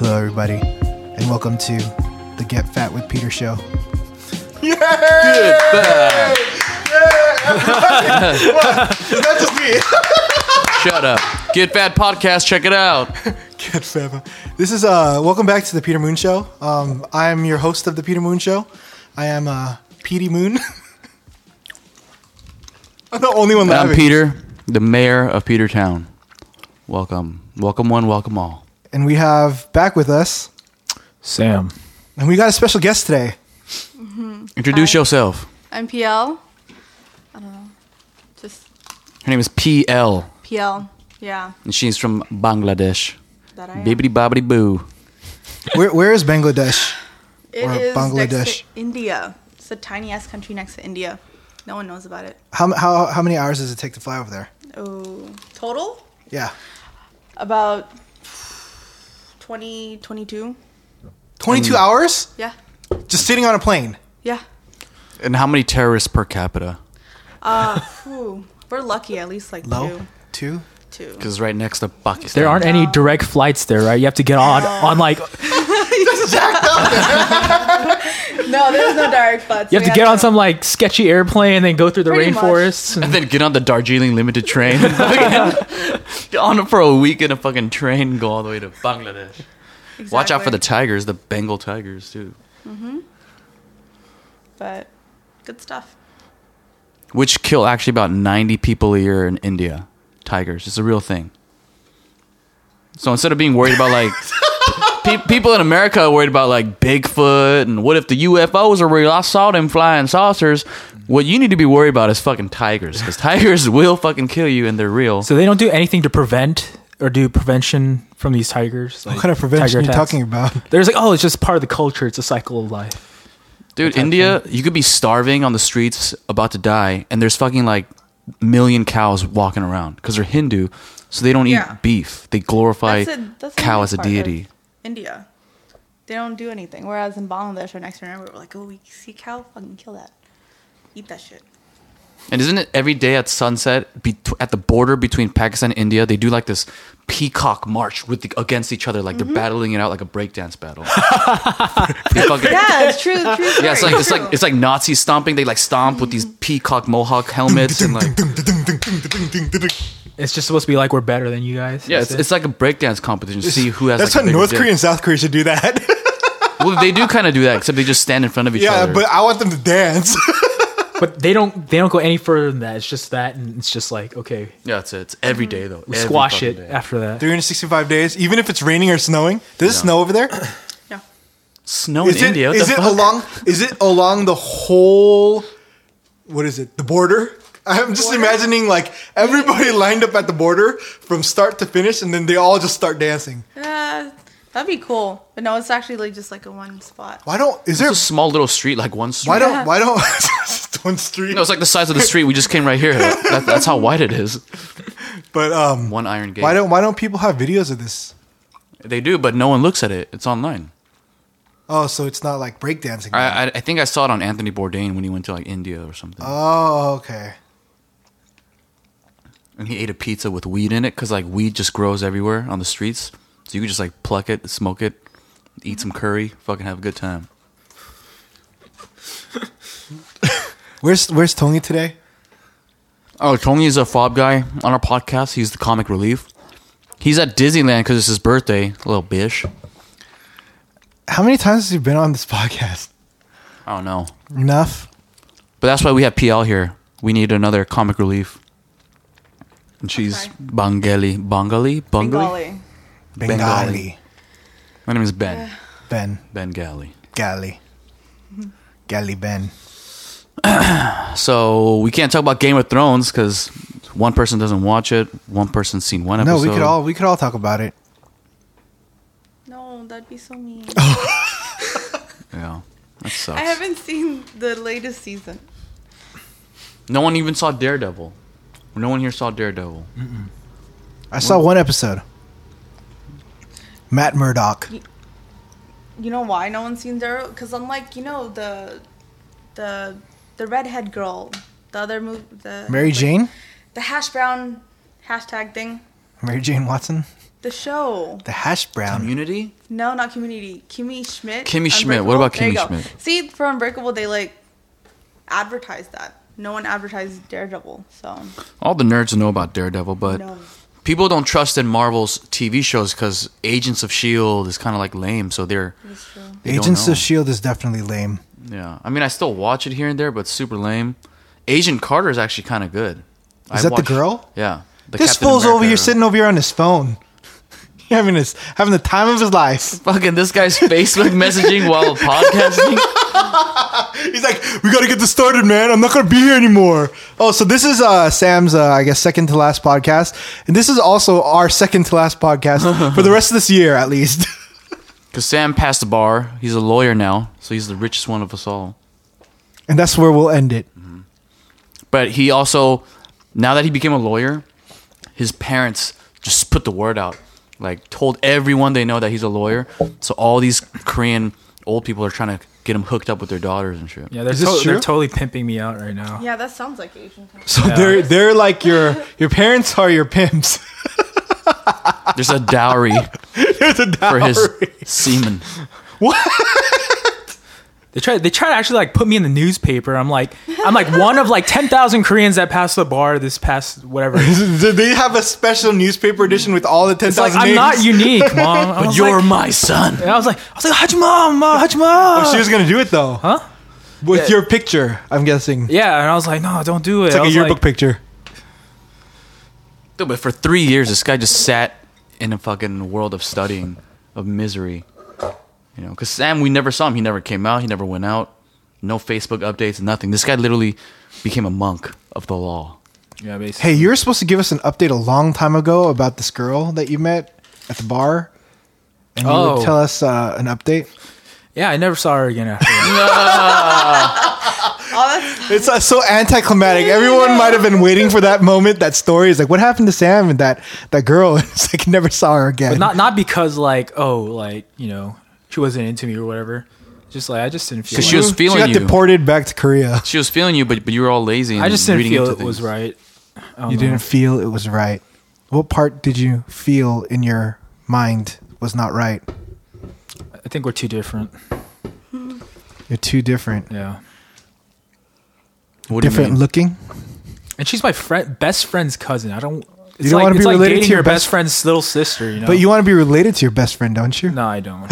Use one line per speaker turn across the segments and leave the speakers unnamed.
everybody, and welcome to the Get Fat with Peter show.
Is that just me?
Shut up. Get Fat Podcast, check it out.
Good fam. This is uh, welcome back to the Peter Moon show. Um, I am your host of the Peter Moon show. I am uh, Petey Moon. I'm the only one laughing.
I'm Peter, the mayor of Petertown. Welcome. Welcome one, welcome all.
and we have back with us,
Sam.
and we got a special guest today.
Introduce yourself.
I'm PL. I don't know. Just
Her name is PL,
PL. Yeah.
and she's from Bangladesh.
That I am.
Bibbity bobbity boo.
Where, where is Bangladesh?
It
or
is next
Bangladesh.
to India. It's a tiny ass country next to India. No one knows about it.
How, how, how many hours does it take to fly over there?
Oh, total
Yeah,
about 20, 22.
Um,
22 hours
Yeah.
just sitting on a plane.
Yeah.
And how many terrorists per capita?
Whew. We're lucky. At least like
Low two.
two. Two.
Because right next to Pakistan.
There aren't any direct flights there, right? You have to get on on like you
No, there's no direct butts.
have to get on some like sketchy airplane and then go through the
Pretty much.
rainforests.
And
And
then get on the Darjeeling Limited train. Fucking- on it for a week in a fucking train and go all the way to Bangladesh. Watch out for the tigers, the Bengal tigers, too.
but good stuff.
which kill actually about 90 people a year in India. Tigers. It's a real thing. So instead of being worried about like pe- people in America are worried about like Bigfoot and what if the UFOs are real? I saw them flying saucers. What you need to be worried about is fucking tigers because tigers will fucking kill you and they're real.
so they don't do anything to prevent or do prevention from these tigers.
What kind of prevention are you
attacks.
talking about?
There's like, oh, it's just part of the culture. It's a cycle of life.
Dude, India, you could be starving on the streets, about to die, and there's fucking like million cows walking around because they're Hindu, so they don't eat
Yeah.
beef. They glorify
That's a- that's the
cow
main
as a
part of
deity.
India. They don't do anything. Whereas in Bangladesh or next to neighbor, we're like, oh, we see cow, fucking kill that. Eat that shit.
And isn't it every day at sunset be- at the border between Pakistan and India they do like this peacock march with the, against each other like they're battling it out like a breakdance battle. They fucking-
Yeah, it's true. true story.
yeah, it's like it's like it's like Nazi stomping. They like stomp with these peacock mohawk helmets and like
It's just supposed to be like we're better than you guys.
yeah, it's,
That's
it's like a breakdance competition. See who has
That's
like, a
how
bigger
North
dick.
Korea and South Korea should do that.
Well, they do kind of do that except they just stand in front of each
yeah,
other.
but I want them to dance.
it. but they don't they don't go any further than that. It's just that, and it's just like okay,
yeah, it's it's every day though.
we
Every
squash
fucking
it
day.
after that.
365 days, even if it's raining or snowing. Does it
Yeah.
snow over there?
Yeah.
Snow
Is
in
it,
India. what
is
the
it
fuck?
along? Is it along the whole? What is it? The border. I'm just imagining like everybody lined up at the border from start to finish, and then they all just start dancing.
Uh, that'd be cool. But no, it's actually like just like a one spot.
Why don't? Is there?
It's a small little street like one street.
Why don't? Why don't? just one street.
No, it's like the size of the street. We just came right here. That, that's how wide it is.
but um,
One iron gate.
why don't? Why don't people have videos of this?
they do? But no one looks at it. It's online.
Oh, so it's not like breakdancing.
I, I, I think I saw it on Anthony Bourdain when he went to like India or something,
Uh,
oh, okay.
and he ate a pizza with weed in it because like weed just grows everywhere on the streets. So you can just like pluck it, smoke it, eat some curry, fucking have a good time.
Where's Where's Tony today?
Oh, Tony is a fob guy on our podcast. He's the comic relief. He's at Disneyland because it's his birthday. Little bitch.
How many times have you been on this podcast?
I don't know,
Enough.
but that's why we have PL here. We need another comic relief. And she's
Okay.
Bangali, Bangali, Bangali.
Bengali.
Bengali.
My name is Ben.
Ben.
Bengali.
Gali. Gali Ben.
So we can't talk about Game of Thrones because one person doesn't watch it, one person's seen one
No,
episode.
we could all we could all talk about it.
No, that'd be so mean.
Oh, Yeah, that sucks.
I haven't seen the latest season.
No one even saw Daredevil. No one here saw Daredevil.
Mm-hmm. I saw one episode. Matt Murdock.
You know why no one's seen Daryl? Because I'm like, you know, the the the redhead girl, the other movie, the
Mary Jane?
the hash brown hashtag thing.
Mary Jane Watson?
The show.
The hash brown.
Community?
No, not Community. Kimmy Schmidt.
Kimmy Schmidt. What
Unbreakable.
about
There
Kimmy
you go.
Schmidt?
See, for Unbreakable, they like advertise that. No one advertised Daredevil, so
All the nerds know about Daredevil, but
No.
people don't trust in Marvel's TV shows because Agents of S.H.I.E.L.D. E is kind of like lame, so they're.
that's true.
they don't
Agents
know.
of Shield E is definitely lame.
Yeah. I mean, I still watch it here and there, but super lame. Agent Carter is actually kind of good.
Is that the girl?
Yeah. The
this
Captain
fool's over
America-
here sitting over here on his phone, having his having the time of his life.
Fucking this guy's Facebook messaging while podcasting.
He's like, we gotta get this started, man. I'm not gonna be here anymore. Oh, so this is uh, Sam's, uh, I guess, second to last podcast, and this is also our second to last podcast for the rest of this year, at least.
Because Sam passed the bar. He's a lawyer now, so he's the richest one of us all.
and that's where we'll end it.
But he also, now that he became a lawyer, his parents just put the word out. Like, told everyone they know that he's a lawyer. So all these Korean old people are trying to get him hooked up with their daughters and shit.
Yeah, they're,
Is this
to- they're
true?
totally pimping me out right now.
Yeah, that sounds like Asian. culture.
So they're they're like your your parents are your pimps.
There's a dowry
There's a
for
dowry.
his semen.
They try. They try to actually like put me in the newspaper. I'm like, I'm like one of like ten thousand Koreans that passed the bar this past whatever. It's
Do they have a special newspaper edition with all the ten
like
thousand
I'm
names?
not unique, mom. I was
You're
like,
my son.
and I was like, I was like, Hajima, ma, Hajima.
Oh, she was gonna do it though,
huh?
With
Yeah.
your picture, I'm guessing.
Yeah, and I was like, no, don't do it.
It's
I
like a
was
yearbook picture.
Dude, but for three years, this guy just sat in a fucking world of studying, of misery. You know, because Sam, we never saw him. He never came out. He never went out. No Facebook updates, nothing. This guy literally became a monk of the law.
Yeah, basically.
Hey, you were supposed to give us an update a long time ago about this girl that you met at the bar, and you would
Oh.
tell us uh, an update.
Yeah, I never saw her again after that.
Oh, that's
It's uh, so anticlimactic. Everyone might have been waiting for that moment, that story. It's like, what happened to Sam and that that girl? It's like never saw her again.
But not not because like oh like you know she wasn't into me or whatever. Just like I just didn't feel.
'Cause
Like,
she was feeling
She got
you.
deported back to Korea.
She was feeling you, but, but you were all lazy. And
I just didn't
reading
feel
into
it was
things.
right.
Oh,
I don't
You
know.
didn't feel it was right. What part did you feel in your mind was not right?
I think we're too different.
You're too different.
Yeah.
What do you
Different
mean?
looking.
And she's my friend, best friend's cousin. I don't. It's
don't
like,
wanna
it's
be
like
related
dating
to your
your best
best-
friend's little sister, you know.
But you want to be related to your best friend, don't you?
no, I don't.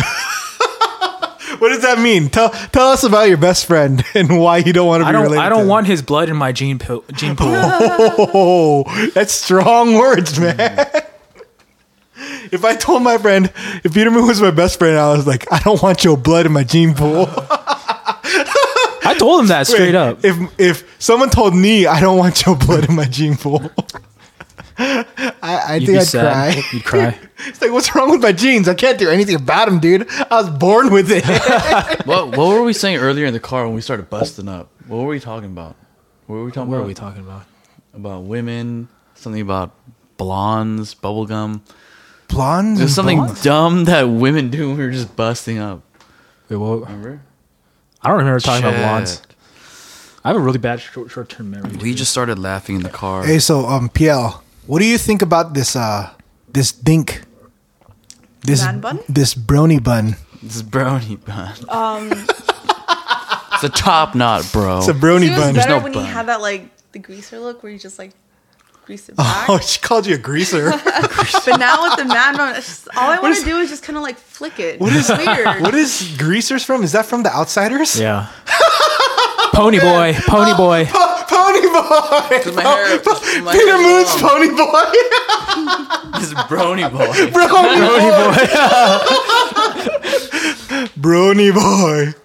What does that mean? Tell tell us about your best friend and why you don't want to be
I don't.
related.
I
to
don't
him.
want his blood in my gene pool. Gene pool.
Oh, that's strong words, man. If I told my friend, if Peter Moon was my best friend, I was like, I don't want your blood in my gene pool.
I told him that straight up.
If if someone told me, I don't want your blood in my gene pool, I, I
You'd
think
be
I'd
sad.
cry.
You'd cry.
It's like, what's wrong with my genes? I can't do anything about them, dude. I was born with it.
What, what were we saying earlier in the car when we started busting up? What were we talking about? What were we talking
what are
about?
we talking about?
About women, something about blondes, bubblegum.
Blondes.
There's
and
something
blondes?
dumb that women do when we were just busting up.
Wait, what?
Remember?
I don't remember talking about blondes.
Shit.
I have a really bad short short term memory.
We just started laughing in the car.
Hey, so um, PL, what do you think about this uh, this dink, this
Man bun?
this brony bun?
This is brownie bun. Um, it's a top knot, bro.
It's a brony
It was
bun.
better
no
when
bun.
he had that like the greaser look where you just like grease it back.
Oh, she called you a greaser.
but now with the man bun, it's just, all I want to do is just kind of like flick it. What is weird?
what is greasers from? Is that from The Outsiders?
yeah. Pony boy,
Oh,
pony boy.
Pony boy.
my hair- 'cause my
Peter
hair's
Moon's
long.
pony boy.
This is brony boy.
brony,
Pony boy.
brony boy.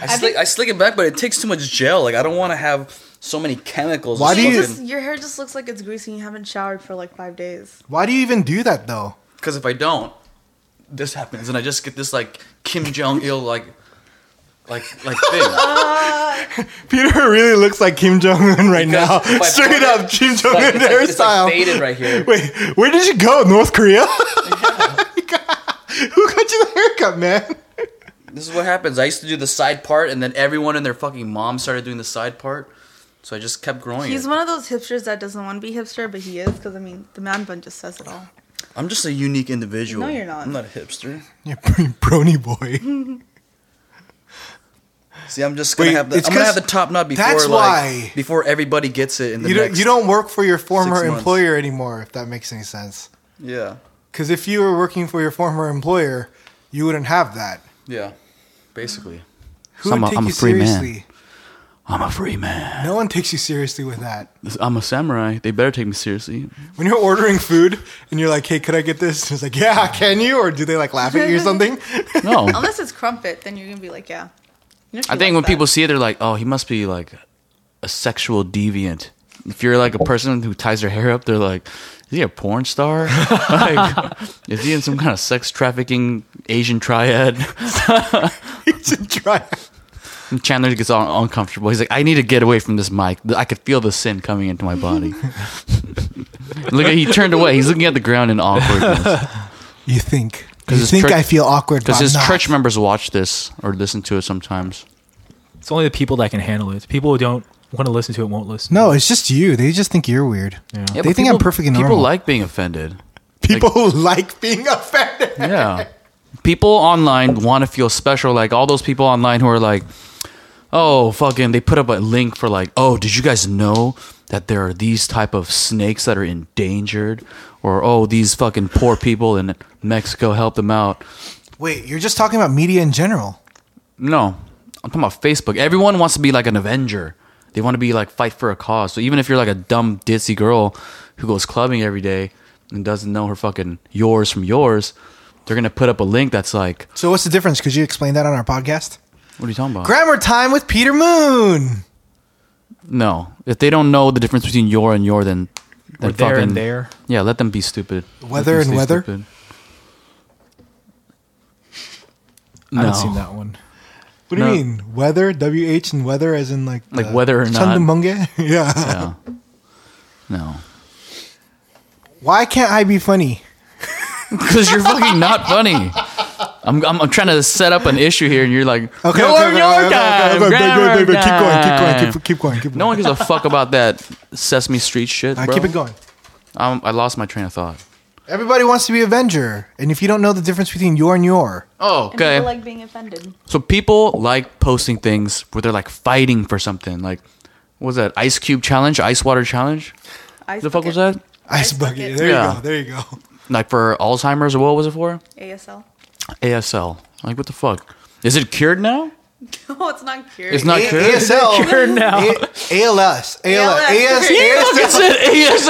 I slick, I slick it back, but it takes too much gel. Like I don't want to have so many chemicals.
Why do
It
you-
just- your hair just looks like it's greasy and you haven't showered for like five days.
Why do you even do that though?
Because if I don't, this happens, and I just get this like Kim Jong Il like, like like thing.
Peter really looks like Kim Jong Un right now.
Because my
Straight
brother-
up Kim
it's
Jong
like-
Un
it's like- it's like
hairstyle.
faded right here.
Wait, where did you go? North Korea? Who got you the haircut, man?
This is what happens. I used to do the side part, and then everyone and their fucking mom started doing the side part. So I just kept growing.
He's
it.
one of those hipsters that doesn't want to be hipster, but he is because I mean the man bun just says it all.
I'm just a unique individual.
No, you're not.
I'm not a hipster.
You're pretty brony boy.
See, I'm just gonna
Wait,
have the I'm
it's
gonna
'cause
have the top knot before
that's
like
why.
before everybody gets it in the
You
next.
don't, you don't work for your former
months.
employer anymore, if that makes any sense.
Yeah,
Because if you were working for your former employer, you wouldn't have that.
yeah. Basically,
Who
So I'm
would
a-
take
I'm a
you
free man.
seriously?
I'm a free man.
No one takes you seriously with that.
I'm a samurai. They better take me seriously.
When you're ordering food and you're like, "Hey, could I get this?" And it's like, "Yeah, can you?" Or do they like laugh at you or something?
No.
Unless it's crumpet, then you're gonna be like, yeah. You know she
I think when
loves
people
that.
see it, they're like, "Oh, he must be like a sexual deviant." If you're like a person who ties their hair up, they're like, "Is he a porn star? like, is he in some kind of sex trafficking Asian triad?"
It's a try.
And Chandler gets all uncomfortable. He's like, "I need to get away from this mic. I could feel the sin coming into my body." Look, at, he turned away. He's looking at the ground in awkwardness
You think?
'Cause
You
his
think
church-
I feel awkward?
because
but
his
I'm not.
church members watch this or listen to it sometimes.
It's only the people that can handle it. People who don't want to listen to it won't listen.
No, it's just you. They just think you're weird. they
Yeah, but
think
people,
I'm perfectly
People
normal.
like being offended.
people who like being offended.
Yeah. People online want to feel special. Like all those people online who are like, oh, fucking, they put up a link for like, oh, did you guys know that there are these type of snakes that are endangered? Or, oh, these fucking poor people in Mexico help them out.
Wait, you're just talking about media in general.
No, I'm talking about Facebook. Everyone wants to be like an Avenger. They want to be like fight for a cause. So even if you're like a dumb ditzy girl who goes clubbing every day and doesn't know her fucking yours from yours, they're gonna put up a link that's like,
So what's the difference? Could you explain that on our podcast?
what are you talking about?
Grammar time with Peter Moon.
No, if they don't know the difference between your and your, then then
Or there
fucking,
and there.
Yeah, let them be stupid. Let
Weather
them
and
stay
weather?
stupid.
I
No.
haven't seen that one.
What
No.
do you mean? Weather, W H, and weather, as in like
Like weather or not.
Chandamunge? yeah.
Yeah. No,
Why can't I be funny?
because you're fucking not funny. I'm, I'm I'm trying to set up an issue here, and you're like,
Okay,
your
okay, okay,
your
okay, okay, okay,
time,
okay,
grammar
okay, okay, keep going, keep going,
time."
keep, keep going, keep going.
No one gives a fuck about that Sesame Street shit.
All right,
bro.
keep it going.
Um, I lost my train of thought.
Everybody wants to be Avenger, and if you don't know the difference between your and your,
Oh,
And people
okay.
like being offended.
So people like posting things where they're like fighting for something. Like, what was that Ice Cube challenge, Ice Water challenge?
Ice
The fuck was
bucket.
that?
ice
Ice
bucket.
bucket.
There
Yeah.
you go. There you go.
Like for Alzheimer's or what was it for?
ASL.
ASL. Like what the fuck? Is it cured now?
No, it's not cured.
It's not
A-
cured.
ASL.
now.
A- ALS. ALS. ALS.
ALS.
It's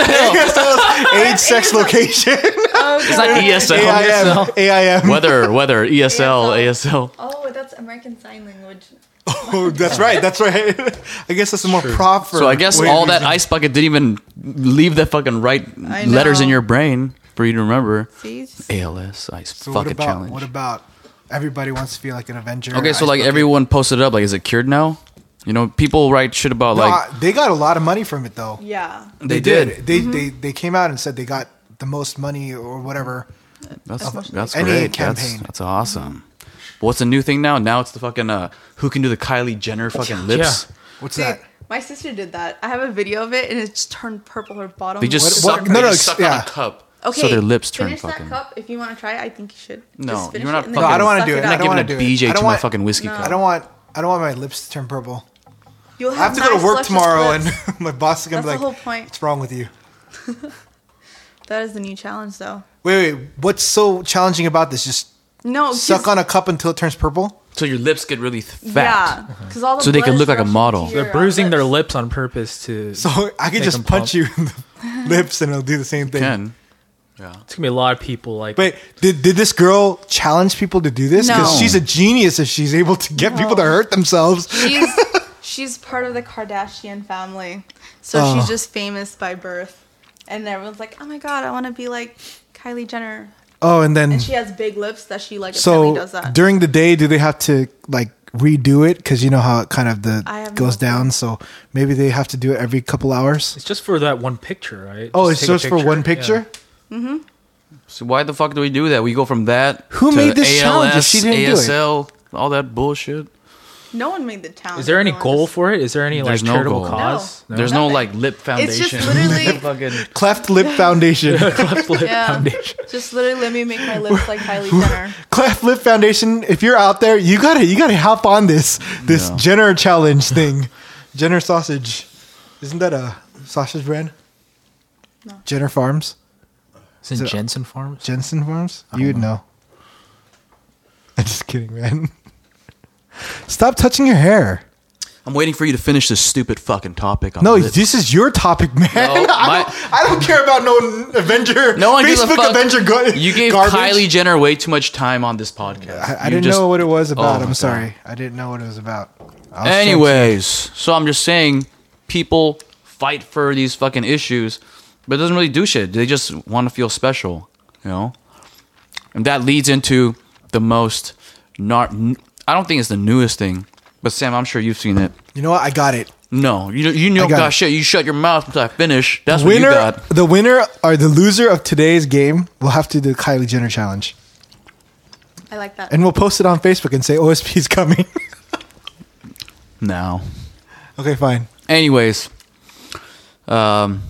ASL.
Age, sex, location.
It's not E ESL.
AIM. AIM.
Weather, weather, E ESL, ASL.
Oh, that's American Sign Language.
Oh, that's right. That's right. I guess that's a more proper.
So I guess
way of
all that
using-
ice bucket didn't even leave the fucking right
I
letters in
know.
your brain for you to remember.
See?
ALS ice
So what
bucket
about
challenge.
what about everybody wants to feel like an Avenger?
okay, so
Ice
like
bucket.
everyone posted it up. Like, is it cured now? You know, people write shit about
No,
like
I- they got a lot of money from it though.
Yeah.
they, did.
did. They, they they came out and said they got the most money or whatever.
That's
much
that's
Any
great. That's,
campaign.
that's awesome. What's the new thing now? Now it's the fucking uh, who can do the Kylie Jenner fucking lips.
What's
Dude,
that?
my sister did that. I have a video of it, and it's turned purple. Her bottom.
They just
lip is
what-
suck.
purple.
no,
they
no,
just suck
yeah.
on a cup.
Okay.
So their lips turn
finish
fucking.
that cup if you want to try. it, I think you should.
No,
Just finish
you're not
it and
fucking-
then
No, I don't want
suck
to do it.
it
I
not
don't
up.
want
giving
to
a
do
BJ
it. I don't
to my
want-
fucking whiskey
No.
cup.
I don't want. I don't want my lips to turn purple.
You'll have
I have to go
nice
to work
luscious
tomorrow,
lips.
and my boss is gonna
That's
be
the
like,
whole point.
"What's wrong with you?"
that is the new challenge, though.
Wait, wait. What's so challenging about this? Just
No,
suck on a cup until it turns purple.
So your lips get really th- fat.
Yeah, because all the
So they
blood
can
is
look like a
rushing
model. They're
to your,
They're
uh,
bruising their
lips.
lips on purpose to.
So I could
Make
just
them
punch
pump.
you in the lips, and it'll do the same thing.
Can.
It's gonna be a lot of people like.
Wait, did, did this girl challenge people to do this? Because
No.
she's a genius if she's able to get people to hurt themselves.
She's she's part of the Kardashian family, so she's just famous by birth, and everyone's like, "Oh my god, I want to be like Kylie Jenner,"
Oh, and then
and she has big lips that she like apparently
so
does that.
during the day, do they have to like redo it? Because you know how it kind of
I
the
have
goes
no clue.
down. So maybe they have to do it every couple hours.
it's just for that one picture, right?
Oh, it's
take a
just for one picture.
So why the fuck do we do that? We go from that.
Who
to
made this
ALS,
challenge if she didn't do it?
ASL, all that bullshit.
No one made the challenge.
Is there any
No one
goal
just-
for it? Is there any like
There's no
charitable
goal.
cause?
No.
There's no like lip foundation.
It's just literally-
fucking
Cleft Lip Foundation.
Cleft lip
Yeah.
foundation.
Just literally let me make my lips like Kylie Jenner.
Cleft Lip Foundation. If you're out there, you gotta you gotta hop on this this
No.
Jenner challenge thing. Jenner sausage, isn't that a sausage brand?
No.
Jenner Farms,
Is it Jensen Farms?
Jensen Farms. You would know. I'm just kidding, man. Stop touching your hair.
I'm waiting for you to finish this stupid fucking topic. On
No,
lips.
this is your topic, man. I,
my-
don't, I don't care about no Avenger.
no one gives a
Facebook
fuck.
Avenger. Go-
you gave
garbage.
Kylie Jenner way too much time on this podcast.
I, I
You
didn't
just- Oh,
know what it was about.
my
I'm
God.
sorry. I didn't know what it was about. I'll send you-
Anyways, so I'm just saying, people fight for these fucking issues, but it doesn't really do shit. They just want to feel special, you know. And that leads into the most. Not, I don't think it's the newest thing, but Sam, I'm sure you've seen it.
you know what? I got it.
No, you you know
got
got,
it.
shit. You shut your mouth until I finish. That's what you
winner,
got.
the winner or the loser of today's game will have to do the Kylie Jenner challenge,
I like that.
and we'll post it on Facebook and say OSP is coming.
No.
okay, fine.
Anyways, um,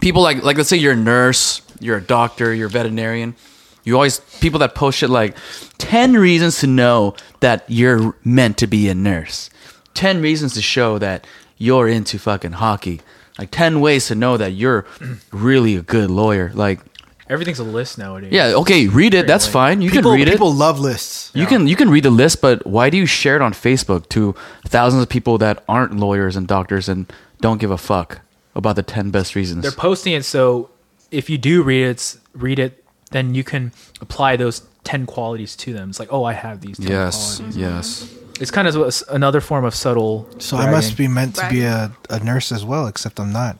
people like like let's say you're a nurse, you're a doctor, you're a veterinarian. You always people that post shit like ten reasons to know that you're meant to be a nurse, ten reasons to show that you're into fucking hockey, like ten ways to know that you're really a good lawyer. Like
Everything's a list nowadays.
yeah, okay, read it. That's fine. You
people,
can read it.
People love lists.
You can you can read the list, but why do you share it on Facebook to thousands of people that aren't lawyers and doctors and don't give a fuck about the ten best reasons?
They're posting it so if you do read it, it's- read it, then you can apply those ten qualities to them. It's like, oh, I have these. 10
yes,
qualities.
yes.
It's kind of s- another form of subtle.
So I must be
bragging.
meant to be a, a nurse as well, except I'm not.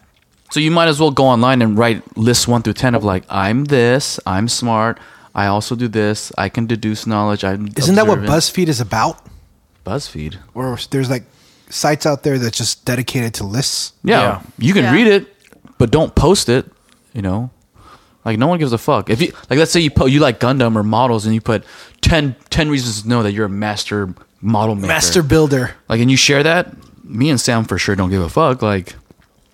So you might as well go online and write lists one through ten of like I'm this, I'm smart, I also do this, I can deduce knowledge. I'm
Isn't that what
observant."
BuzzFeed is about?
BuzzFeed?
Where there's like sites out there that's just dedicated to lists.
Yeah,
Yeah.
you can
Yeah.
read it, but don't post it. You know, like no one gives a fuck. If you like, let's say you po- you like Gundam or models, and you put 10, 10 reasons to know that you're a master model maker.
Master builder,
like and you share that me and sam for sure don't give a fuck like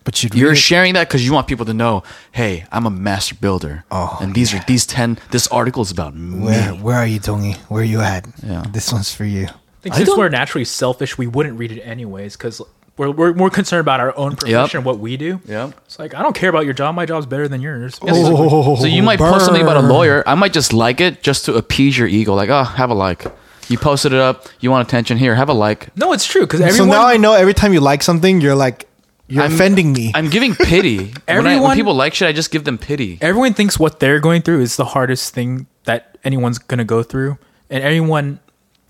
but you'd
you're
read it.
sharing that because you want people to know hey i'm a master builder
Oh,
and these are these 10 this article is about me
Where, where are you, Dongy? Where are you at?
Yeah.
This one's for you.
I think
I
since
don't-
we're naturally selfish, we wouldn't read it anyways because we're, we're more concerned about our own profession and what we do.
Yep.
It's like I don't care about your job. My job's better than yours.
Oh,
so you might post something about a
burn.
lawyer i might just like it just to appease your ego like oh have a like you posted it up you want attention here have a like
No, it's true because everyone.
so now I know every time you like something, you're like, you're
I'm-
offending me.
i'm giving pity when, I,
Everyone-
when people like shit i just give them pity
everyone thinks what they're going through is the hardest thing that anyone's going to go through and everyone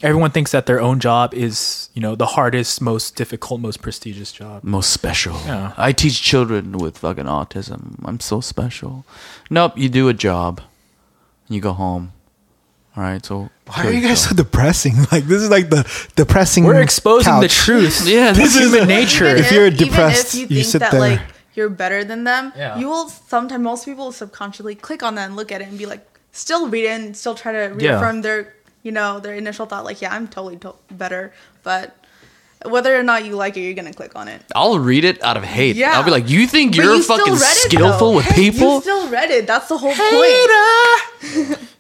everyone thinks that their own job is you know the hardest most difficult most prestigious job
most special.
Yeah.
I teach children with fucking autism. I'm so special. Nope, you do a job. You go home. All right, so
Why are you guys so depressing? Like this is like the depressing.
we're exposing the
couch.
truth
Mm. yeah,
This is
this is
a-
human nature
If you're depressed,
even if
you
you, think
sit
that
there.
like you're better than them,
Yeah.
you will sometimes most people will subconsciously click on that and look at it and be like, still read it and still try to
Yeah.
reaffirm their you know their initial thought like, yeah, I'm totally to- better, but whether or not you like it, you're gonna click on it.
I'll read it out of hate.
Yeah.
I'll be like, you think
But
you're
you still
fucking
read it,
skillful
though.
with
Hey,
people?
You still read it. That's the whole point.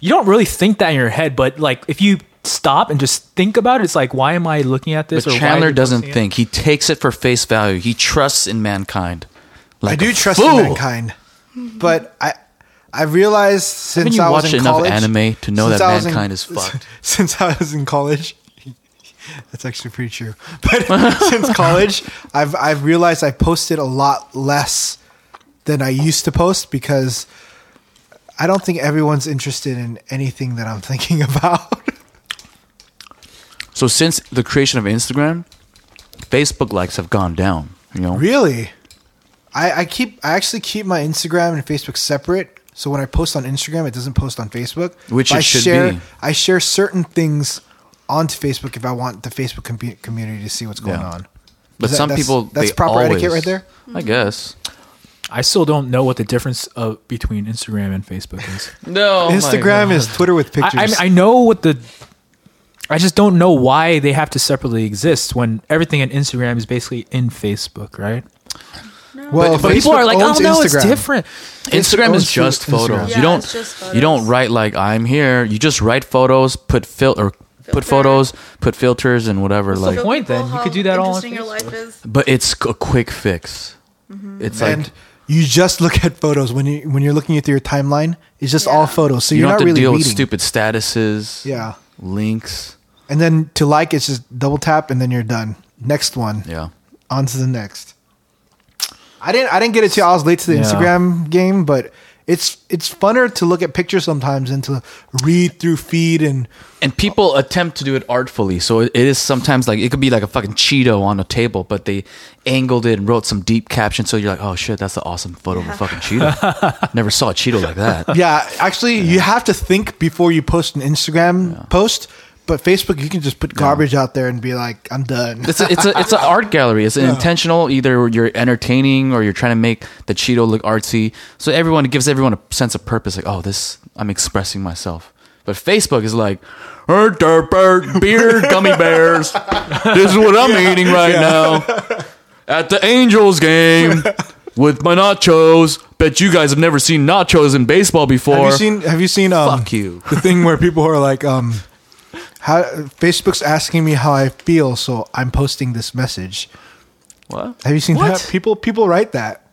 you don't really think that in your head but like if you stop and just think about it it's like why am i looking at this
but
why are
Chandler
you
doesn't
posting it?
think. He takes it for face value. He trusts in mankind. Like
I do
a
trust
fool.
in mankind, but I I realized since
you
I was
watched
in
enough
college,
anime to know
since
that
I was
mankind is fucked?
Since I was in college, that's actually pretty true. But since college, I've I've realized I posted a lot less than I used to post because I don't think everyone's interested in anything that I'm thinking about.
So since the creation of Instagram, Facebook likes have gone down. You know,
Really? I, I keep I actually keep my Instagram and Facebook separate. So when I post on Instagram, it doesn't post on Facebook.
Which
But
it
I
should
share,
be.
I share certain things onto Facebook if I want the Facebook compu community to see what's going
Yeah.
on.
but
Is that-
some
that's-
people
that's
they
proper etiquette
always-
right there?
I guess.
i still don't know what the difference of between instagram and facebook is
oh
No,
Instagram is Twitter with
Oh I,
pictures.
I, I know what the I just don't know why they have to separately exist when everything on Instagram is basically in Facebook, right?
Well,
But people
Facebook
are like,
owns
"Oh no,
Instagram."
it's different."
Instagram is
owns
just
Instagram.
photos.
Yeah,
you don't
it's just
you don't
photos.
write like I'm here. You just write photos, put fil- or put
Filter.
photos, put filters and whatever like.
Show
point,
people
then? You
how
could do that all on
interesting your life is.
But it's a quick fix.
Mm-hmm.
It's like
and you just look at photos when you when you're looking through your timeline. It's just
Yeah.
all photos, so
you
you're
don't have
not
to
really
deal
reading.
with stupid statuses,
Yeah,
links.
and then to like, it's just double tap, and then you're done. Next one,
Yeah.
on to the next. I didn't I didn't get it too. I was late to the
Yeah.
Instagram game, but it's it's funner to look at pictures sometimes than to read through feed and
And people attempt to do it artfully, so it it is sometimes like it could be like a fucking Cheeto on a table, but they angled it and wrote some deep caption. So you're like, "Oh shit, that's an awesome photo of a fucking Cheeto." Never saw a Cheeto like that.
yeah. Actually, you have to think before you post an Instagram post. But Facebook, you can just put garbage out there and be like, I'm done.
It's a, it's a it's an art gallery. It's an intentional. Either you're entertaining or you're trying to make the Cheeto look artsy. So everyone it gives everyone a sense of purpose. Like, oh, this I'm expressing myself. But Facebook is like, "Er, der, ber, beer gummy bears. This is what I'm eating right now at the Angels game with my nachos. Bet you guys have never seen nachos in baseball before.
Have you seen? Have you seen? Um,
Fuck you.
The thing where people are like, um, how Facebook's asking me how I feel, so I'm posting this message.
what?
Have you seen
What?
that? People people write that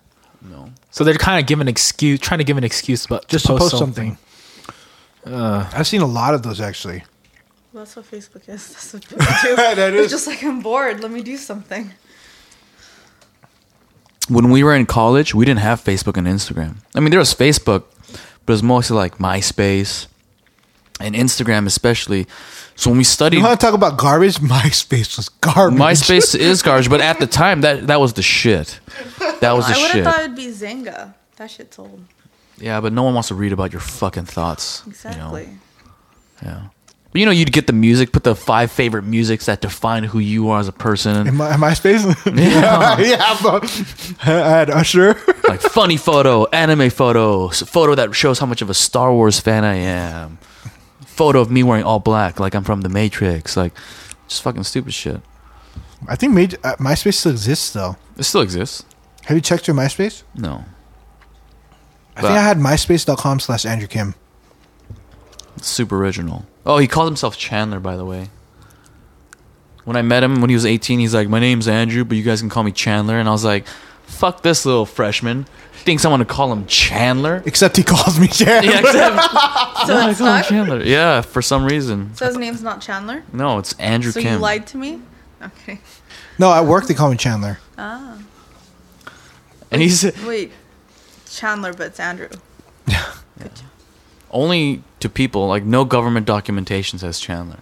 So they're kind of giving an excuse, trying to give an excuse about
just to post something. Uh, I've seen a lot of those actually.
Well, that's what Facebook is. That's what people do.
That
They're
is-
just like I'm bored. Let me do something.
when we were in college, we didn't have Facebook and Instagram. I mean, there was Facebook, but it was mostly like MySpace and Instagram, especially. So when we studied,
You want to talk about garbage? MySpace was garbage.
MySpace is garbage, but at the time, that that was the shit. That was the
I would have
shit.
thought it'd be Zynga. That shit's old.
yeah, but no one wants to read about your fucking thoughts.
Exactly.
You know? Yeah. But you know, you'd get the music, put the five favorite musics that define who you are as a
In
person,
my, MySpace. Yeah, yeah. But I had Usher.
like funny photo, anime photo, s- photo that shows how much of a Star Wars fan I am, photo of me wearing all black, like I'm from The Matrix, like just fucking stupid shit.
I think Maj- uh, MySpace still exists though.
It still exists.
Have you checked your MySpace?
No,
I think I had MySpace.com slash Andrew Kim.
it's super original. Oh, he called himself Chandler, by the way. When I met him when he was 18, he's like, "My name's Andrew, but you guys can call me Chandler," and I was like, "Fuck this little freshman." Thinks I want to call him Chandler.
Except he calls me Jared.
Yeah, except
So it's not.
Chandler. Yeah, for some reason.
So his name's not Chandler.
No, it's Andrew
So
Kim.
you lied to me. Okay.
No, at work they call me Chandler.
and he's
Wait, Chandler, but it's Andrew.
only to people like no government documentation says Chandler.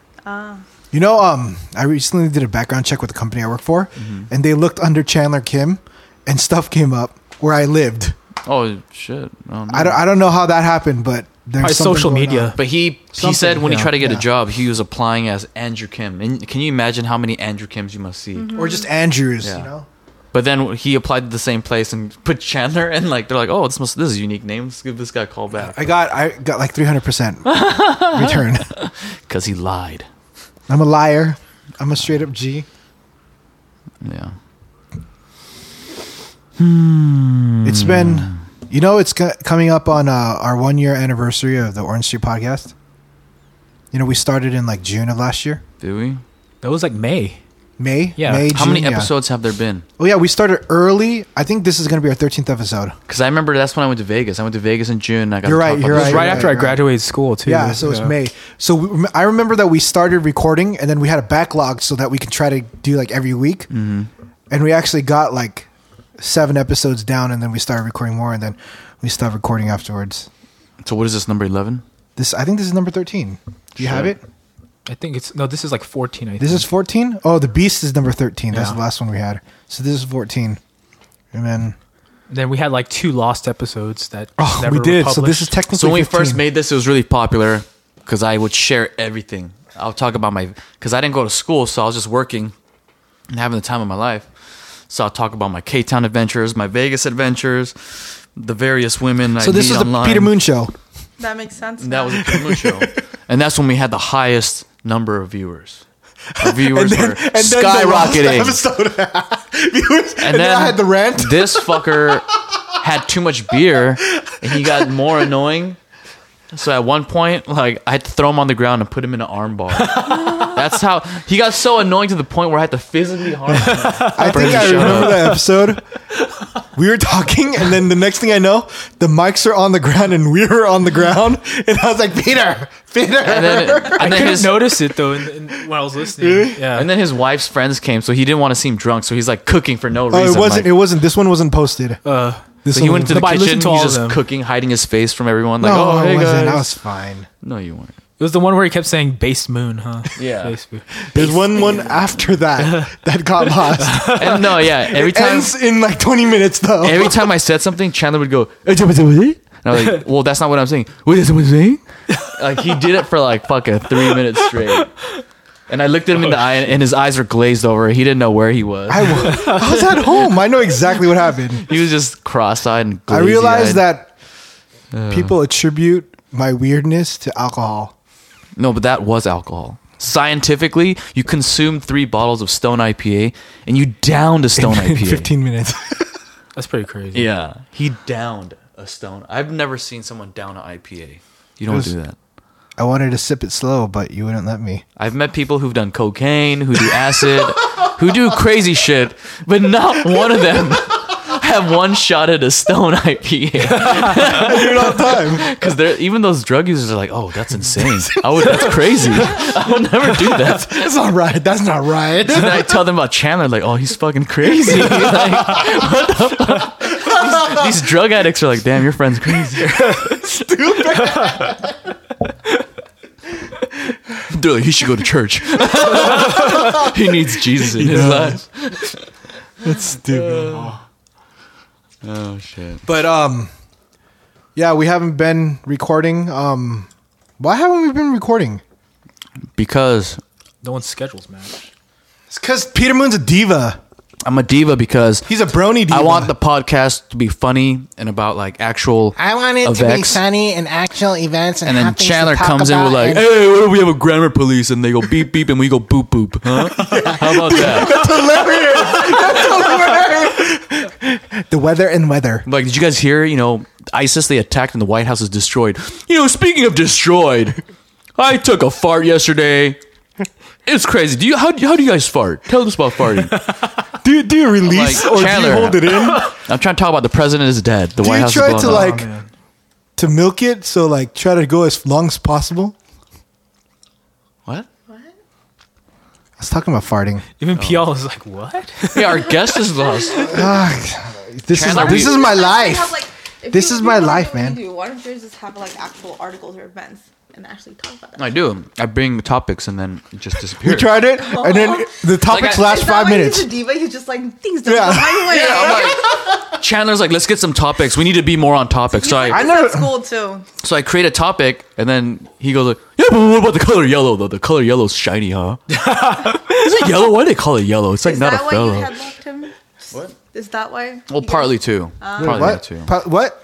You know, um, I recently did a background check with the company I work for, and they looked under Chandler Kim, and stuff came up where I lived.
Oh shit! Oh, no.
I don't, I don't know how that happened, but there's
Probably
something
social
going
media.
But he he
Something,
said when he
yeah,
tried to get
yeah.
a job, he was applying as Andrew Kim. And can you imagine how many Andrew Kims you must see?
on. or just Andrews.
Yeah.
You know,
But then he applied to the same place and put Chandler, and like they're like, oh, this must this is a unique name. Let's give this guy a call back
I got I got like 300 percent return.
because he lied.
I'm a liar. I'm a straight up G.
Yeah.
It's been, you know, it's co- coming up on uh, our one year anniversary of the Orange Street podcast. You know, we started in like June of last year,
Did we?
That was like May.
May.
Yeah.
May,
How many
June, yeah.
episodes have there been?
Oh yeah, we started early. I think this is going to be our 13th episode.
Because I remember that's when I went to Vegas. I went to Vegas in June. And I got
You're
to
right,
talk about
you're
It
this
was
Right,
right,
right,
after
right.
I graduated school too.
Yeah, so it's May. So we, I remember that we started recording, and then we had a backlog so that we could try to do like every week. Mm-hmm. And we actually got like seven episodes down, and then we started recording more, and then we stopped recording afterwards.
So what is this number eleven?
This I think this is number thirteen. Do you have
Sure.
it?
I think it's no. This is like fourteen. I think.
This is fourteen. Oh, the Beast is number thirteen. That's
Yeah.
the last one we had. So this is fourteen, and then
Then we had like two lost episodes that
oh,
never
we
were
did. So this
published.
is technically
So when
15.
we first made this, it was really popular because I would share everything. I'll talk about my because I didn't go to school, so I was just working and having the time of my life. So I'll talk about my K Town adventures, my Vegas adventures, the various women. I
So this
meet
is the
online.
Peter Moon show.
That makes sense.
That
now.
was the Peter Moon show, and that's when we had the highest number of viewers. Our viewers
And then,
were
and then
skyrocketing.
The last episode, viewers, and, then, I had the rant.
this fucker had too much beer and he got more annoying. So at one point, like I had to throw him on the ground and put him in an arm bar. That's how he got so annoying to the point where I had to physically harm him.
I think
Brandon
I
showed
remember
up.
that episode. We were talking, and then the next thing I know, the mics are on the ground, and we were on the ground. And I was like, Peter, Peter.
And then,
I
and then
couldn't
his
notice it though in, in, when I was listening. Yeah,
and then his wife's friends came, so he didn't want to seem drunk, so he's like cooking for no reason.
oh, it wasn't.
like-
it wasn't. This one wasn't posted.
uh,
This
so he
one
went to the
wasn't-
But I
kitchen,
listened to
he's
all of
just
them.
cooking, hiding his face from everyone. Like,
no,
oh, hey
it wasn't.
guys.
I was fine.
no, you weren't.
it was the one where he kept saying "base moon," huh?
Yeah.
Base moon.
There's one one after that that got lost.
And no, yeah. Every time,
Ends in like 20 minutes though.
every time I said something, Chandler would go, "Eh, what- what- what?" and I was like, "Well, that's not what I'm saying." What is what I'm saying? Like he did it for like fucking three minutes straight. And I looked at him in the eye, and his eyes were glazed over. He didn't know where he was.
I was, I was at home. I know exactly what happened.
he was just cross-eyed and.
I
glazy-eyed.
realized that people attribute my weirdness to alcohol.
No, but that was alcohol. Scientifically, you consumed three bottles of Stone IPA, and you downed a Stone
in
IPA.
15 minutes.
That's pretty crazy.
Yeah, he downed a Stone. I've never seen someone down an IPA. You don't
was-
do that.
I wanted to sip it slow, but you wouldn't let me.
I've met people who've done cocaine, who do acid, who do crazy shit, but not one of them have one shot at a stone IPA.
Dude, all the time.
Because they're even those drug users are like, oh, that's insane. I would, that's crazy. I would never do that.
That's not right. That's not right.
And I tell them about Chandler, like, oh, he's fucking crazy. Like, what the fuck? These, these drug addicts are like, damn, your friend's crazy. Stupid. They're like, he should go to church. he needs Jesus in his life.
That's stupid.
Oh shit!
But um, yeah, we haven't been recording. Um, why haven't we been recording?
Because
No one's schedules match.
It's because Peter Moon's a diva.
I'm a diva. Because
He's a brony diva.
I want the podcast to be funny and about like actual. events.
funny and actual events,
And then
hot things to
Chandler
talk
comes in with
about
like,
and-
"Hey, what if we have a grammar police?" And they go beep beep, and we go boop boop. Huh? How about that?
the weather and weather.
Like, did you guys hear? You know, ISIS they attacked and the White House is destroyed. You know, speaking of destroyed, I took a fart yesterday. It's crazy. Do you how, how do you guys fart? Tell us about farting.
Do do you release
Like,
or do
Chandler.
you hold it in?
I'm trying to talk about the president is dead. The
Do
White
you
House
try
is blown
to
up.
like
man.
to milk it? So like try to go as long as possible.
what?
I was talking about farting.
Even Pial is like, "What?"
Yeah, our guest is lost.
Ah, this is
Chandler,
this
we-
is my
Why don't you
life.
have, like, if
This
you-
is
if you
my
don't know
life,
what you
man.
Do, why don't you just have like actual articles or events and actually talk about that?
I do. I bring topics and then it just disappears.
We tried it, and then the topics
I-
last
Is that
five
why
minutes.
He's a diva. He's just like things don't
Yeah.
go my way.
Chandler's like, let's get some topics. We need to be more on topic. So I,
I
know-
know. School too.
so I create a topic, and then he goes like, yeah, but what about the color yellow though? The color yellow's shiny, huh? Is it yellow? Why do they call it yellow? It's like
Is
not a
that why
fellow.
you headlocked him? What? Is that why?
well,
you
partly too.
Uh,
partly that
What?
too.
Pa- what?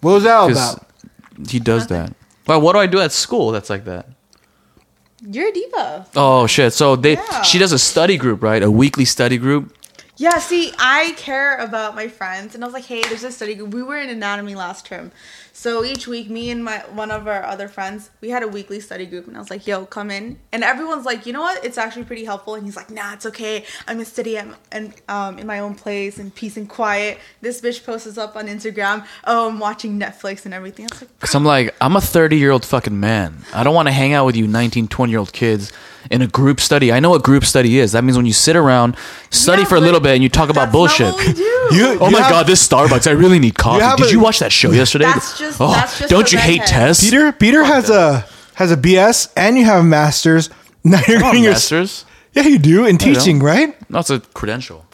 What was that all
'Cause
about?
he does that. Well, what do I do at school that's like that?
guys- You're a diva.
Oh shit! So they
Yeah.
she does a study group, right? A weekly study group.
Yeah. See, I care about my friends, and I was like, hey, there's a study group. We were in anatomy last term, so each week, me and my one of our other friends, we had a weekly study group, and I was like, yo, come in, and everyone's like, you know what? It's actually pretty helpful, and he's like, nah, it's okay. I'm gonna study and um in my own place in peace and quiet. This bitch posts up on Instagram. Oh, I'm watching Netflix and everything. I was like,
Cause I'm like, I'm a 30 year old fucking man. I don't want to hang out with you 19, 20 year old kids in a group study. I know what group study is. That means when you sit around, study
"Yeah,
for a
but
little bit, and you talk about
that's not
bullshit.
what we do."
You,
Oh
you
my
have-
god, this Starbucks! I really need coffee.
have
Did
a-
you watch that show yesterday?
That's just-
oh,
that's just
don't
the
you hate
redhead.
Tess?
Peter. Peter has a has a BS, and you have a master's. Now you're
Oh,
getting your
masters?
yeah, you do in
don't.
teaching, right?
No, it's a credential.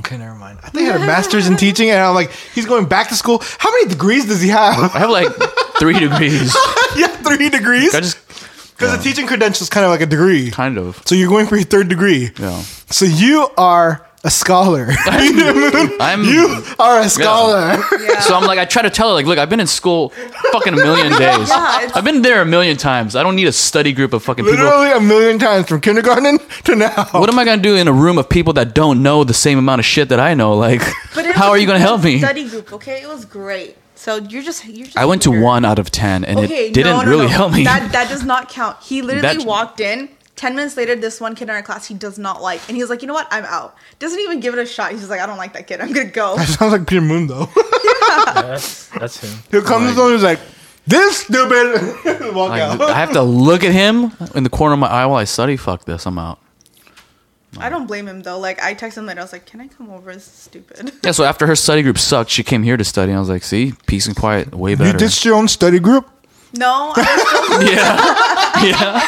Okay, never mind. I think he had a master's in teaching, and I'm like, he's going back to school. How many degrees does he
I
have?
have like three degrees.
yeah, three degrees.
I just
Because a teaching credential is kind of like a degree.
kind of.
So you're going for your third degree.
Yeah.
So you are a scholar.
I'm
you are a scholar.
So I'm like, I try to tell her, like, look, I've been in school fucking a million days.
Yeah, it's-
I've been there a million times. I don't need a study group of fucking people.
Literally a million times from kindergarten to now.
What am I gonna do in a room of people that don't know the same amount of shit that I know? Like,
But it
how are
was a
you gonna
good
help me?
Study group, okay? It was great. So you're just you're just.
I went to
weird.
one out of ten, and
Okay,
it didn't
no, no,
really
no.
help me.
That that does not count. He literally
That-
walked in. Ten minutes later, this one kid in our class he does not like, and he's like, you know what? I'm out. Doesn't even give it a shot. He's just like, I don't like that kid. I'm gonna go.
Sounds like Peter Moon though.
That's that's him.
Here comes someone who's like, this stupid walk
Like,
out.
I have to look at him in the corner of my eye while I study. Fuck this, I'm out.
I don't blame him though. Like I texted him later. I was like, can I come over? This is stupid.
Yeah. So after her study group sucked, she came here to study. And I was like, see, peace and quiet, way
you
better.
ditched your own study group.
No, I, was still,
yeah, yeah.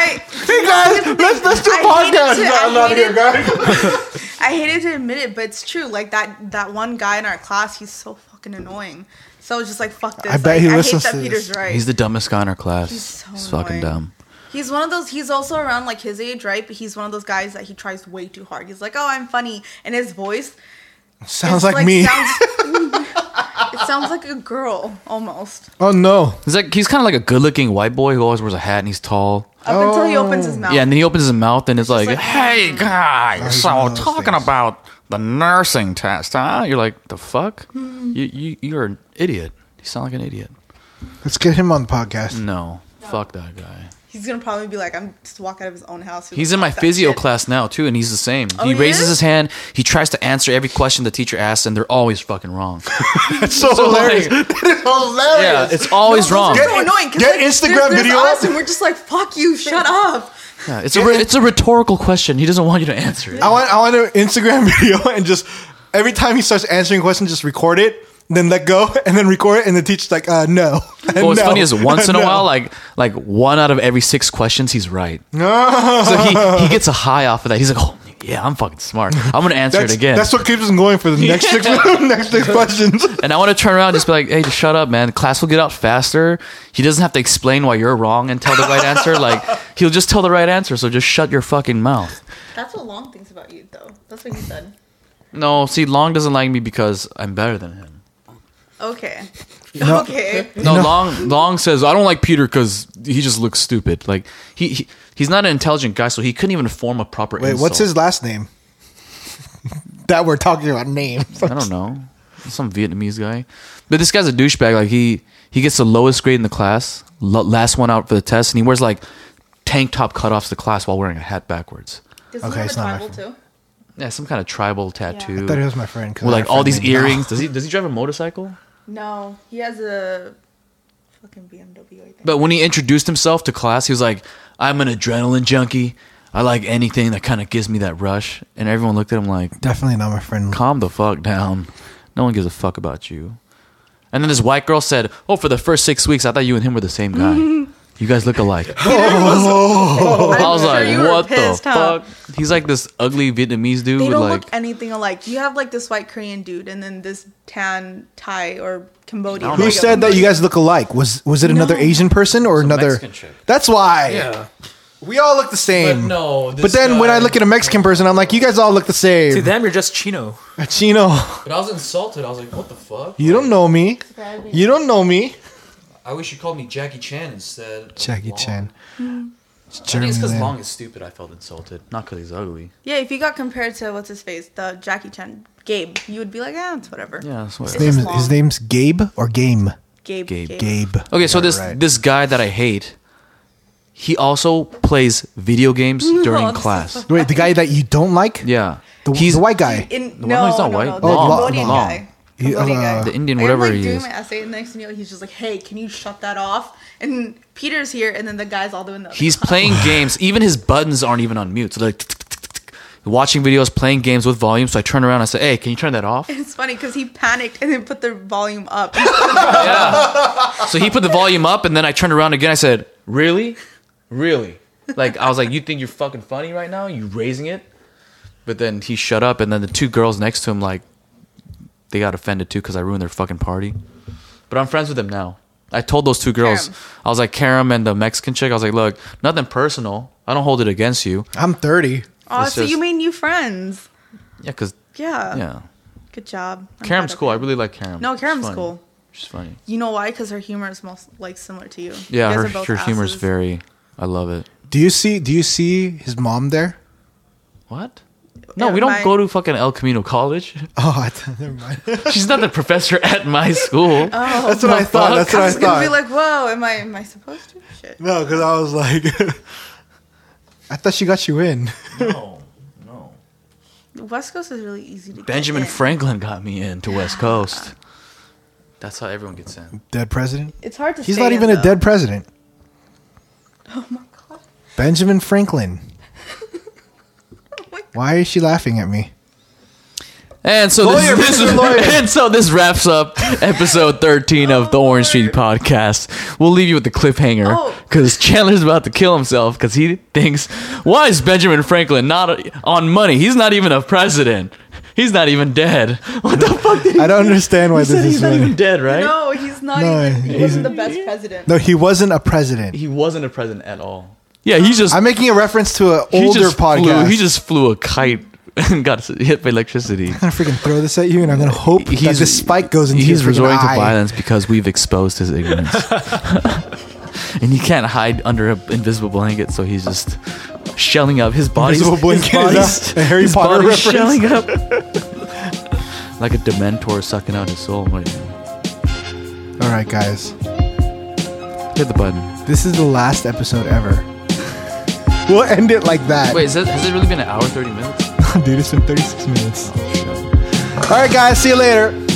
I
Hey guys, let's let's do a
I hated
podcast.
to-
No,
I
I'm not here,
hated-
guys.
I hated to admit it, but it's true. Like that that one guy in our class, he's so fucking annoying. So I was just like, fuck this.
I bet
Like,
he
I hate
listens
that
to
Peter's
this.
right.
He's the dumbest guy in our class.
He's so
He's fucking
annoying.
dumb.
He's one of those. He's also around like his age, right? But he's one of those guys that he tries way too hard. He's like, "Oh, I'm funny," and his voice
Sounds
is,
like me.
Sounds, it sounds like a girl almost.
Oh no.
He's like he's kind of like a good-looking white boy who always wears a hat and he's tall.
Up until he opens
Oh.
his mouth.
Yeah, and then he opens his mouth and it's like,
Oh. like-
"Hey guys, so
one of those
talking
things.
about the nursing test, huh?" You're like, "The fuck?
Hmm.
You you you're an idiot. You sound like an idiot."
Let's get him on the podcast.
No, fuck that guy.
He's gonna probably be like, "I'm just walk out of his own house."
He's
like,
in my
"Fuck that
physio
shit."
class now too, and he's the same. he
he
raises
is?
his hand. He tries to answer every question the teacher asks, and they're always fucking wrong.
That's so,
So,
hilarious.
like-
that is hilarious.
yeah, it's always wrong.
It's so annoying. 'cause,
Get
like, there's-
Instagram
there's
video
us,
up.
and we're just like, "Fuck you, shut up."
Yeah, it's a re- it's a rhetorical question. He doesn't want you to answer it.
I want I want an Instagram video and just every time he starts answering questions, just record it, then let go, and then record it, and the teacher's like, uh, no.
But what's
No.
funny is once in a
No.
while, like like one out of every six questions, he's right.
No.
So he, he gets a high off of that. He's like, oh, yeah, I'm fucking smart. I'm going to answer
that's,
it again.
that's what keeps him going for the next six next six questions.
and I want to turn around and just be like, hey, just shut up, man. Class will get out faster. He doesn't have to explain why you're wrong and tell the right answer. Like, he'll just tell the right answer. So just shut your fucking mouth.
That's what Long thinks about you, though. That's what he said.
No, see, Long doesn't like me because I'm better than him.
Okay. Okay.
No, Long Long says I don't like Peter because he just looks stupid. Like he, he he's not an intelligent guy, so he couldn't even form a proper.
Wait, what's
insult.
his last name? that we're talking about names.
I don't know. Some Vietnamese guy. But this guy's a douchebag. Like he he gets the lowest grade in the class, lo- last one out for the test, and he wears like tank top cutoffs to class while wearing a hat backwards.
Does
Okay,
he have
it's
a
not my
tribal too?
Yeah, some kind of tribal tattoo.
I thought he was my friend. 'cause
with
I
like all
friend
these
named- No.
earrings. Does he does he drive a motorcycle?
No, he has a fucking BMW. I think.
But when he introduced himself to class, he was like, "I'm an adrenaline junkie. I like anything that kind of gives me that rush." And everyone looked at him like,
Definitely not my friend.
calm the fuck down. No one gives a fuck about you. And then this white girl said, Oh, for the first six weeks, I thought you and him were the same guy. you guys look alike. I was
I'm sure
like,
you were
What the
pissed, huh?"
fuck? He's like this ugly Vietnamese dude
they
with
don't
like.
look anything alike. You have like this white Korean dude, and then this tan Thai or Cambodian.
Who said that you guys look alike? Was was it another Asian person or another?
Mexican chick.
That's why. We all look the same.
no,
But then when I look at a Mexican person, I'm like, you guys all look the same.
To them, you're just Chino.
Chino,
But I was insulted. I was like, What the fuck?
you don't know me. You don't know me.
I wish you called me Jackie Chan instead.
Jackie Chan.
Hmm.
It's German, man.
is stupid, I felt insulted. Not because he's ugly.
Yeah, if you got compared to what's his face, the Jackie Chan Gabe, you would be like, ah, it's whatever.
Yeah, that's what
His
It's
name
just
is-
long.
his name's Gabe or Game.
Gabe.
Gabe.
Gabe.
Gabe.
Okay, so this
right.
this guy that I hate, he also plays video games during
Oh, this is
class.
Wait, the guy that you don't like?
Yeah,
The,
he's
the white guy.
In,
No,
no,
he's not
no,
white.
No, the
Oh,
long,
Cambodian
long.
guy.
He-
Cambodian guy.
the Indian,
I am,
whatever
like,
he
doing
is.
my essay, and the next thing you know, he's just like, "Hey, can you shut that off?" And Peter's here, and then the guy's all doing the. other
He's playing games. Even his buttons aren't even on mute. So like, tick, tick, tick, tick, tick. watching videos, playing games with volume. So I turn around. I say, "Hey, can you turn that off?"
It's funny because he panicked and then put the volume up.
So he put the volume up, and then I turned around again. I said, "Really, really?" Like I was like, "You think you're fucking funny right now? You raising it?" But then he shut up, and then the two girls next to him like they got offended too because I ruined their fucking party. But I'm friends with them now. I told those two girls,
Karam.
I was like, Karam and the Mexican chick, I was like, look, nothing personal. I don't hold it against you.
I'm 30.
oh,
It's
so
just-
you made new friends.
Yeah, because
Yeah.
yeah,
Good job. I'm
Karam's
proud of
cool. I
you.
really like Karam.
No,
She's
Karam's
funny.
cool.
She's funny.
You know why? Because her humor is most like similar to you. You
Yeah,
guys
her
are both
her humor's
asses.
very. I love it.
Do you see? Do you see his mom there?
What? No,
Uh,
Yeah,
we don't
my-
go to fucking El Camino College.
Oh, I th- never mind.
She's not the professor at my school.
That's what I thought. That's what
I
I
was gonna Oh. be
thought.
like, whoa, am I am I supposed to? Shit.
No, because I was like, I thought she got you in.
No, no.
West Coast is really easy to get
Benjamin
in.
Franklin got me into West Coast. That's how everyone gets in.
Dead president.
It's hard to.
He's
stay
not
in,
even a
though.
dead president.
Oh my god.
Benjamin Franklin. Why is she laughing at me?
And so
Lawyer,
this, this
Mr. Lawyer.
and so this wraps up episode 13 of the Orange Street
Oh,
podcast. We'll leave you with the cliffhanger
Oh.
because Chandler's about to kill himself because he thinks, why is Benjamin Franklin not a- on money? He's not even a president. He's not even dead. What the fuck? Did he
I don't understand why
he said
this is
he's not
funny.
even dead, right?
No, he's not
No,
even. He
he's-
wasn't the best president.
No, he wasn't a president.
He wasn't a president at all. Yeah, he just
I'm making a reference to an
he
older
just
podcast.
Flew, he just flew a kite and got hit by electricity.
I'm gonna freaking throw this at you, and I'm gonna hope that this spike goes into
he's
your freaking
resorting to
eye.
violence because we've exposed his ignorance and he can't hide under an invisible blanket so he's just shelling up his body
Invisible blanket
his,
is a- a Harry
his
Potter
body's
reference.
shelling up like a dementor sucking out his soul right now.
All right, guys,
hit the button
this is the last episode ever. We'll end it like that.
wait is that, has it really been an hour 30 minutes
dude, it's been 36 minutes.
Shit.
All right, guys, see you later.